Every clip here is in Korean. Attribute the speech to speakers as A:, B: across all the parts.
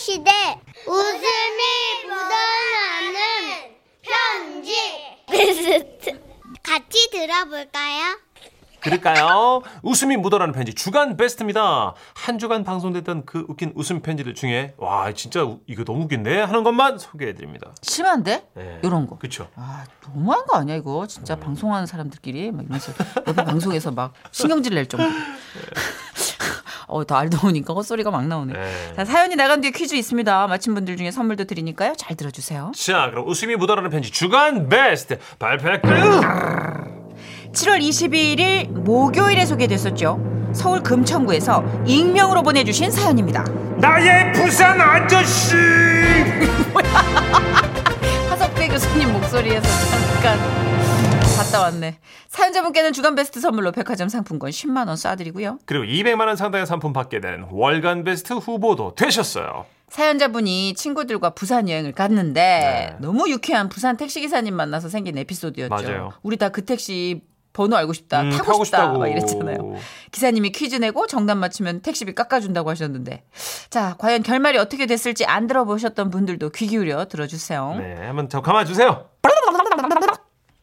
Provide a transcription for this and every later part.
A: 시대 웃음이 묻어나는 편지 베스트 같이 들어볼까요?
B: 그럴까요? 웃음이 묻어나는 편지 주간 베스트입니다. 한 주간 방송됐던 그 웃긴 웃음 편지들 중에 와 진짜 우- 이거 너무 웃긴데 하는 것만 소개해드립니다.
C: 심한데?
B: 네.
C: 이런 거.
B: 그렇죠. 네.
C: 아, 너무한 거 아니야, 이거? 진짜 방송하는 사람들끼리 막 이러면서 옆에 방송에서 막 신경질 낼 정도.
B: 네.
C: 어, 더 알더우니까 헛소리가 막 나오네.
B: 네.
C: 자, 사연이 나간 뒤에 퀴즈 있습니다. 맞힌 분들 중에 선물도 드리니까요. 잘 들어주세요.
B: 자 그럼 웃음이 묻어나는 편지 주간 베스트 발표할까요?
C: 7월 21일 목요일에 소개됐었죠. 서울 금천구에서 익명으로 보내주신 사연입니다.
B: 나의 부산 아저씨.
C: 화석배 교수님 목소리에서 잠깐 갔다 왔네. 사연자분께는 주간 베스트 선물로 백화점 상품권 10만 원 쏴드리고요.
B: 그리고 200만 원 상당의 상품 받게 된 월간 베스트 후보도 되셨어요.
C: 사연자분이 친구들과 부산 여행을 갔는데 너무 유쾌한 부산 택시 기사님 만나서 생긴 에피소드였죠.
B: 네. 맞아요.
C: 우리 다 그 택시 번호 알고 싶다,
B: 음,
C: 아, 타고,
B: 타고
C: 싶다,
B: 싶다고.
C: 막 이랬잖아요. 기사님이 퀴즈 내고 정답 맞히면 택시비 깎아준다고 하셨는데, 자 과연 결말이 어떻게 됐을지 안 들어보셨던 분들도 귀 기울여 들어주세요.
B: 네 한번 저 감아 주세요.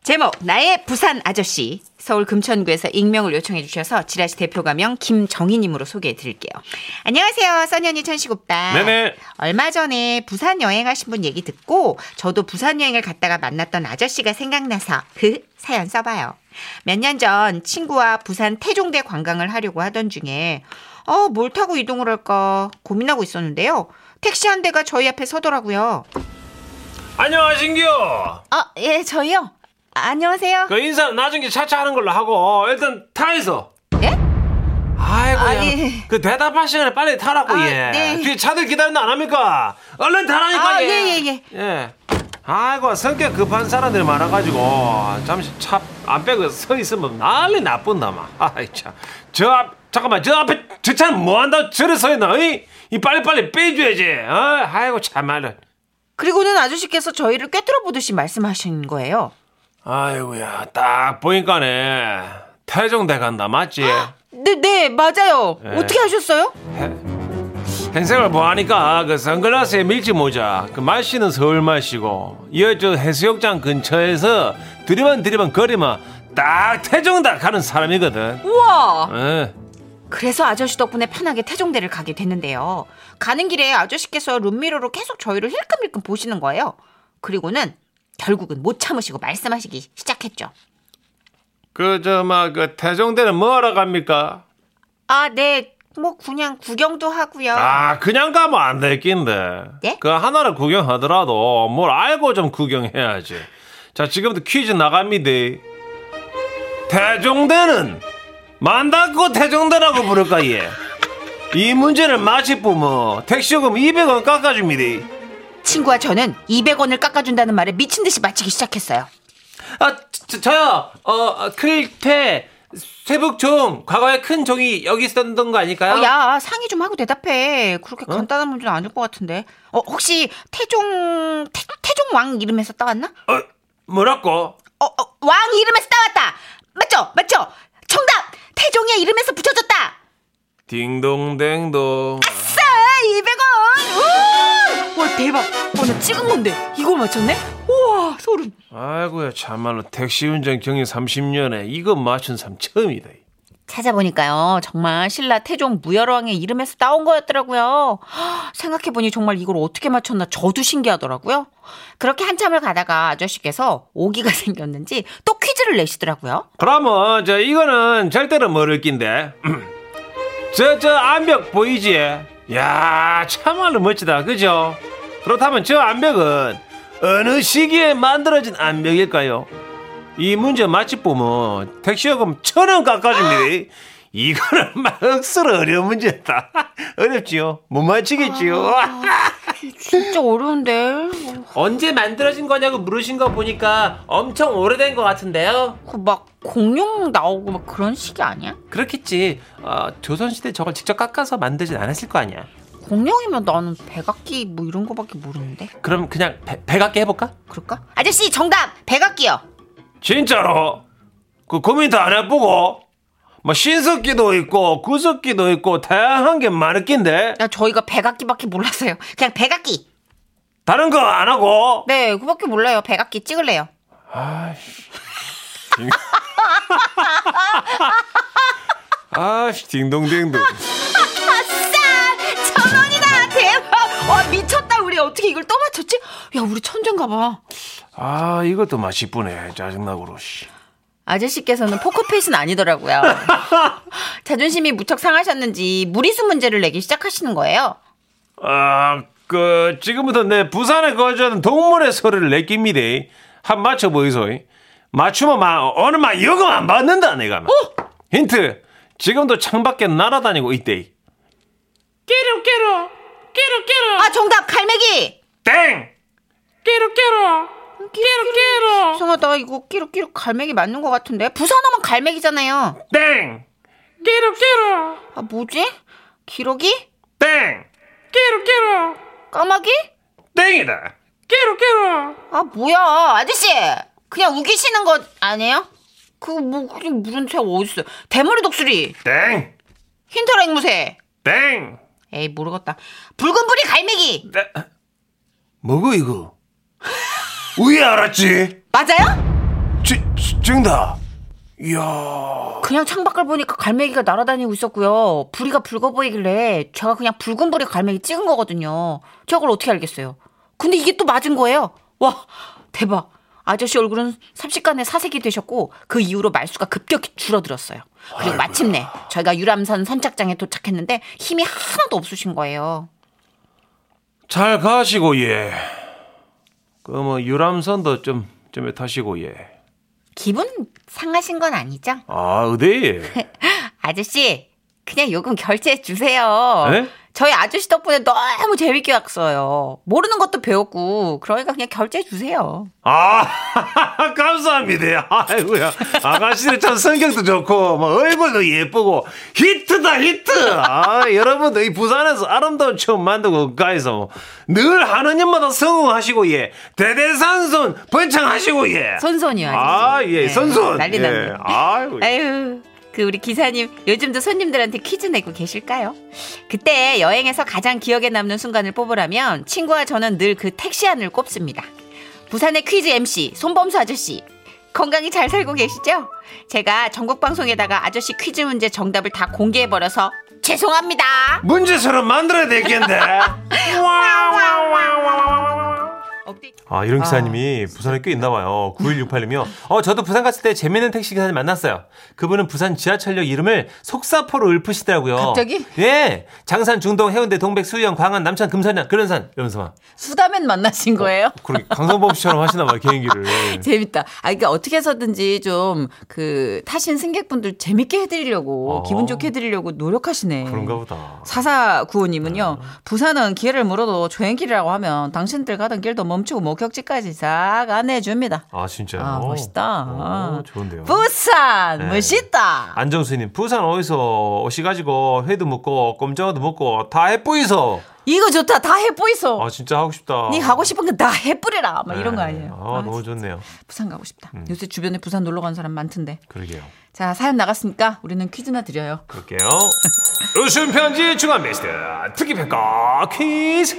C: 제목 나의 부산 아저씨 서울 금천구에서 익명을 요청해 주셔서 지라시 대표 가명 김정희님으로 소개해 드릴게요. 안녕하세요 써니언니 천식오빠.
B: 네네.
C: 얼마 전에 부산 여행하신 분 얘기 듣고 저도 부산 여행을 갔다가 만났던 아저씨가 생각나서 그 사연 써봐요. 몇 년 전 친구와 부산 태종대 관광을 하려고 하던 중에 어 뭘 타고 이동을 할까 고민하고 있었는데요. 택시 한 대가 저희 앞에 서더라고요.
B: 안녕하신겨.
C: 아 예 저요. 안녕하세요.
B: 그 인사는 나중에 차차 하는 걸로 하고 어, 일단 타에서.
C: 예?
B: 아이고,
C: 아,
B: 야.
C: 예.
B: 그 대답할 시간에 빨리 타라고,
C: 아,
B: 예.
C: 네.
B: 뒤에 차들 기다리는 안 합니까? 얼른 타라니까,
C: 아,
B: 예.
C: 예, 예,
B: 예. 아이고, 성격 급한 사람들이 많아가지고, 잠시 차 안 빼고 서 있으면 난리 나쁜 놈아. 아이, 참. 저 앞, 잠깐만, 저 앞에 저 차는 뭐 한다고 저래 서 있나, 이? 이 빨리빨리 빼줘야지, 어? 아이고, 참말로.
C: 그리고는 아저씨께서 저희를 꿰뚫어 보듯이 말씀하신 거예요.
B: 아이고야, 딱 보니까네. 태종대 간다, 맞지?
C: 네, 네, 맞아요.
B: 네.
C: 어떻게 하셨어요?
B: 행색을 보하니까 그 선글라스에 밀짚모자 그 마시는 서울 마시고 이어저 해수욕장 근처에서 드리만 드리만 거리만 딱 태종다 가는 사람이거든.
C: 우와!
B: 예.
C: 그래서 아저씨 덕분에 편하게 태종대를 가게 됐는데요. 가는 길에 아저씨께서 룸미러로 계속 저희를 힐끔힐끔 보시는 거예요. 그리고는 결국은 못 참으시고 말씀하시기 시작했죠.
B: 그저 막 그 태종대는 뭐하러 갑니까?
C: 아, 네. 뭐 그냥 구경도 하고요.
B: 아 그냥 가면 안 될 낀데.
C: 예?
B: 그 하나를 구경하더라도 뭘 알고 좀 구경해야지. 자 지금부터 퀴즈 나갑니다. 태종대는 만다코 태종대라고 부를까 예. 이 문제를 마치 뿜어 택시요금 200원 깎아줍니다.
C: 친구와 저는 200원을 깎아준다는 말에 미친 듯이 마치기 시작했어요.
B: 아, 저, 저요. 어, 클퇴 세북종 과거에 큰 종이 여기 있었던 거 아닐까요? 어?
C: 어, 야 상의 좀 하고 대답해. 그렇게 간단한 문제는 아닐 것 같은데. 어 혹시 태종 태, 종왕 이름에서 따왔나?
B: 어, 뭐라고?
C: 어, 어, 왕 이름에서 따왔다. 맞죠? 맞죠? 정답 태종의 이름에서 붙여줬다.
B: 딩동댕동.
C: 싸 200원. 와 대박. 어나 찍은 건데 이걸 맞췄네? 우와 소름.
B: 아이고야 참말로 택시 운전 경력 30년에 이거 맞춘 사람 처음이다.
C: 찾아보니까요 정말 신라 태종 무열왕의 이름에서 따온 거였더라고요 헉, 생각해보니 정말 이걸 어떻게 맞췄나 저도 신기하더라고요 그렇게 한참을 가다가 아저씨께서 오기가 생겼는지 또 퀴즈를 내시더라고요
B: 그러면 저 이거는 절대로 모를 낀데. 저 저 암벽 보이지? 야 참말로 멋지다 그죠? 그렇다면 저 암벽은 어느 시기에 만들어진 암벽일까요? 이 문제 맞히 보면 택시요금 천 원 깎아줍니다. 이거는 막 억수로 어려운 문제다. 어렵지요? 못 맞히겠지요?
C: 진짜 어려운데
B: 언제 만들어진 거냐고 물으신 거 보니까 엄청 오래된 것 같은데요.
C: 그막 공룡 나오고 막 그런 식이 아니야?
B: 그렇겠지. 어, 조선시대 저걸 직접 깎아서 만들진 않았을 거 아니야.
C: 공룡이면 나는 백악기 뭐 이런 거밖에 모르는데
B: 그럼 그냥 배, 배각기 해볼까?
C: 그럴까? 아저씨 정답 백악기요
B: 진짜로? 그 고민도 안 해보고 뭐 신석기도 있고 구석기도 있고 다양한 게 많을긴데
C: 나 아, 저희가 백악기밖에 몰랐어요. 그냥 백악기.
B: 다른 거 안 하고
C: 네, 그밖에 몰라요. 백악기 찍을래요.
B: 아씨 아씨 딩동댕동
C: 아싸! 천 원이다! 대박! 와, 미쳤다. 우리 어떻게 이걸 또 맞췄지? 야, 우리 천재인가 봐.
B: 아 이것도 맛있쁘네 짜증나고 그러시
C: 아저씨께서는 포커페이스는 아니더라고요. 자존심이 무척 상하셨는지 무리수 문제를 내기 시작하시는 거예요.
B: 아, 아그 지금부터 내 부산에 거주하는 동물의 소리를 내깁니다 한 맞춰 보이소이 맞추면 막 오늘 막 요금 안 받는다 내가 막. 힌트 지금도 창밖에 날아다니고 있대
C: 아, 정답! 갈매기!
B: 땡 어?
C: 이상하다. 이거 끼룩끼룩 갈매기 맞는 것 같은데? 부산하면 갈매기잖아요.
B: 땡!
C: 아, 뭐지? 기러기?
B: 땡!
C: 까마귀?
B: 땡이다!
C: 아, 뭐야. 아저씨! 그냥 우기시는 것 아니에요? 그거 뭐, 그게 무슨 책 어딨어. 대머리 독수리!
B: 땡!
C: 흰털 앵무새!
B: 땡!
C: 에이, 모르겠다. 붉은 불이 갈매기!
B: 뭐고 이거? 왜 알았지?
C: 맞아요?
B: 지, 지- 정답! 이야
C: 그냥 창밖을 보니까 갈매기가 날아다니고 있었고요. 부리가 붉어 보이길래 제가 그냥 붉은 불이 갈매기 찍은 거거든요. 제가 그걸 어떻게 알겠어요? 근데 이게 또 맞은 거예요. 와, 대박. 아저씨 얼굴은 삽시간에 사색이 되셨고 그 이후로 말수가 급격히 줄어들었어요. 그리고 마침내 저희가 유람선 선착장에 도착했는데 힘이 하나도 없으신 거예요.
B: 잘 가시고 예 그 뭐 유람선도 좀 좀 타시고 예아
C: 기분 상하신 건 아니죠?
B: 어디?
C: 아저씨, 그냥 요금 결제해 주세요.
B: 에?
C: 저희 아저씨 덕분에 너무 재밌게 왔어요. 모르는 것도 배웠고, 그러니까 그냥 결제해 주세요.
B: 아 감사합니다 아이고야 아가씨는 참 성격도 좋고 뭐 얼굴도 예쁘고 히트다 히트 아 여러분도 이 부산에서 아름다운 처음 만들고 가에서 뭐, 늘 하는 일마다 성공하시고 예 대대산손 번창하시고 예
C: 손손이요, 아저씨.
B: 아예
C: 네,
B: 선손
C: 난리
B: 예.
C: 났네.
B: 아이고 예.
C: 아유, 그 우리 기사님, 요즘도 손님들한테 퀴즈 내고 계실까요? 그때 여행에서 가장 기억에 남는 순간을 뽑으라면 친구와 저는 늘 그 택시 안을 꼽습니다. 부산의 퀴즈 MC 손범수 아저씨. 건강히 잘 살고 계시죠? 제가 전국 방송에다가 아저씨 퀴즈 문제 정답을 다 공개해 버려서 죄송합니다.
B: 문제처럼 만들어야 되겠는데
C: 업데이트.
B: 아, 이런 기사님이 부산에 꽤 있나 봐요. 9168이며. 어, 저도 부산 갔을 때 재밌는 택시 기사님 만났어요. 그분은 부산 지하철역 이름을 속사포로 읊으시더라고요.
D: 갑자기?
B: 예. 장산, 중동, 해운대, 동백, 수영, 광안, 남천, 금산양, 그런산 이러면서 막.
D: 수다맨
B: 어.
D: 만나신 거예요?
B: 그렇게 강성범 씨처럼 하시나 봐요, 개인기를.
D: 재밌다. 아, 그러니까 어떻게 해서든지 좀 그 타신 승객분들 재밌게 해드리려고
B: 어.
D: 기분 좋게 해드리려고 노력하시네.
B: 그런가 네. 보다.
D: 사사 구호님은요. 부산은 기회를 물어도 조행길이라고 하면 당신들 가던 길도 멈추고 목격지까지 싹 안내해 줍니다.
B: 아, 진짜요?
D: 아, 멋있다. 아.
B: 오, 좋은데요.
D: 부산
B: 네.
D: 멋있다.
B: 안정수님, 부산 어디서 오시가지고 회도 먹고 꼼장어도 먹고 다 해뿌이서.
D: 이거 좋다. 다 해보이소.
B: 아, 진짜 하고 싶다.
D: 네 가고 싶은 건 다 해뿌리라. 막 이런 거
B: 네.
D: 아니에요.
B: 아,
D: 아,
B: 너무 음. 좋네요.
D: 부산 가고 싶다. 요새 주변에 부산 놀러 간 사람 많던데.
B: 그러게요.
D: 자 사연 나갔으니까 우리는 퀴즈나 드려요.
B: 볼게요. 웃음 편지 중간 베스트 특기 평가 퀴즈.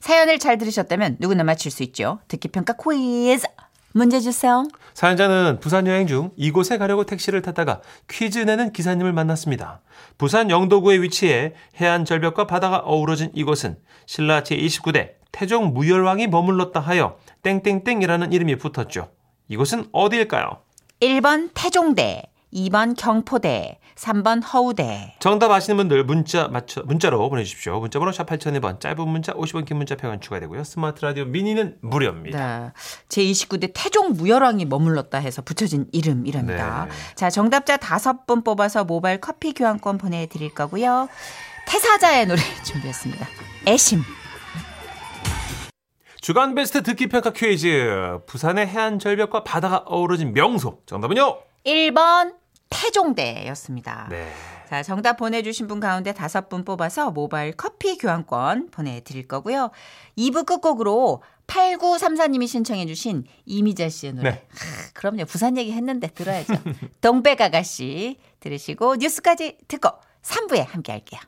D: 사연을 잘 들으셨다면 누구나 맞힐 수 있죠. 듣기평가 퀴즈. 문제 주세요.
B: 사연자는 부산 여행 중 이곳에 가려고 택시를 탔다가 퀴즈 내는 기사님을 만났습니다. 부산 영도구에 위치해 해안 절벽과 바다가 어우러진 이곳은 신라 제29대 태종 무열왕이 머물렀다 하여 땡땡땡이라는 이름이 붙었죠. 이곳은 어디일까요?
D: 1번 태종대, 2번 경포대, 3번 허우대.
B: 정답 아시는 분들 문자 맞춰 문자로 보내주십시오. 문자번호 샵 8001번 짧은 문자 50원 긴 문자 100원 추가되고요. 스마트 라디오 미니는 무료입니다.
D: 네. 제29대 태종 무열왕이 머물렀다 해서 붙여진 이름이랍니다.
B: 네.
D: 자, 정답자 5분 뽑아서 모바일 커피 교환권 보내드릴 거고요. 태사자의 노래 준비했습니다. 애심.
B: 주간 베스트 듣기 평가 퀴즈. 부산의 해안 절벽과 바다가 어우러진 명소. 정답은요?
D: 1번 태종대였습니다.
B: 네.
C: 자, 정답 보내주신 분 가운데 다섯 분 뽑아서 모바일 커피 교환권 보내드릴 거고요. 2부 끝곡으로 8934님이 신청해주신 이미자 씨의 노래.
B: 네.
C: 하, 그럼요. 부산 얘기 했는데 들어야죠. 동백 아가씨 들으시고 뉴스까지 듣고 3부에 함께 할게요.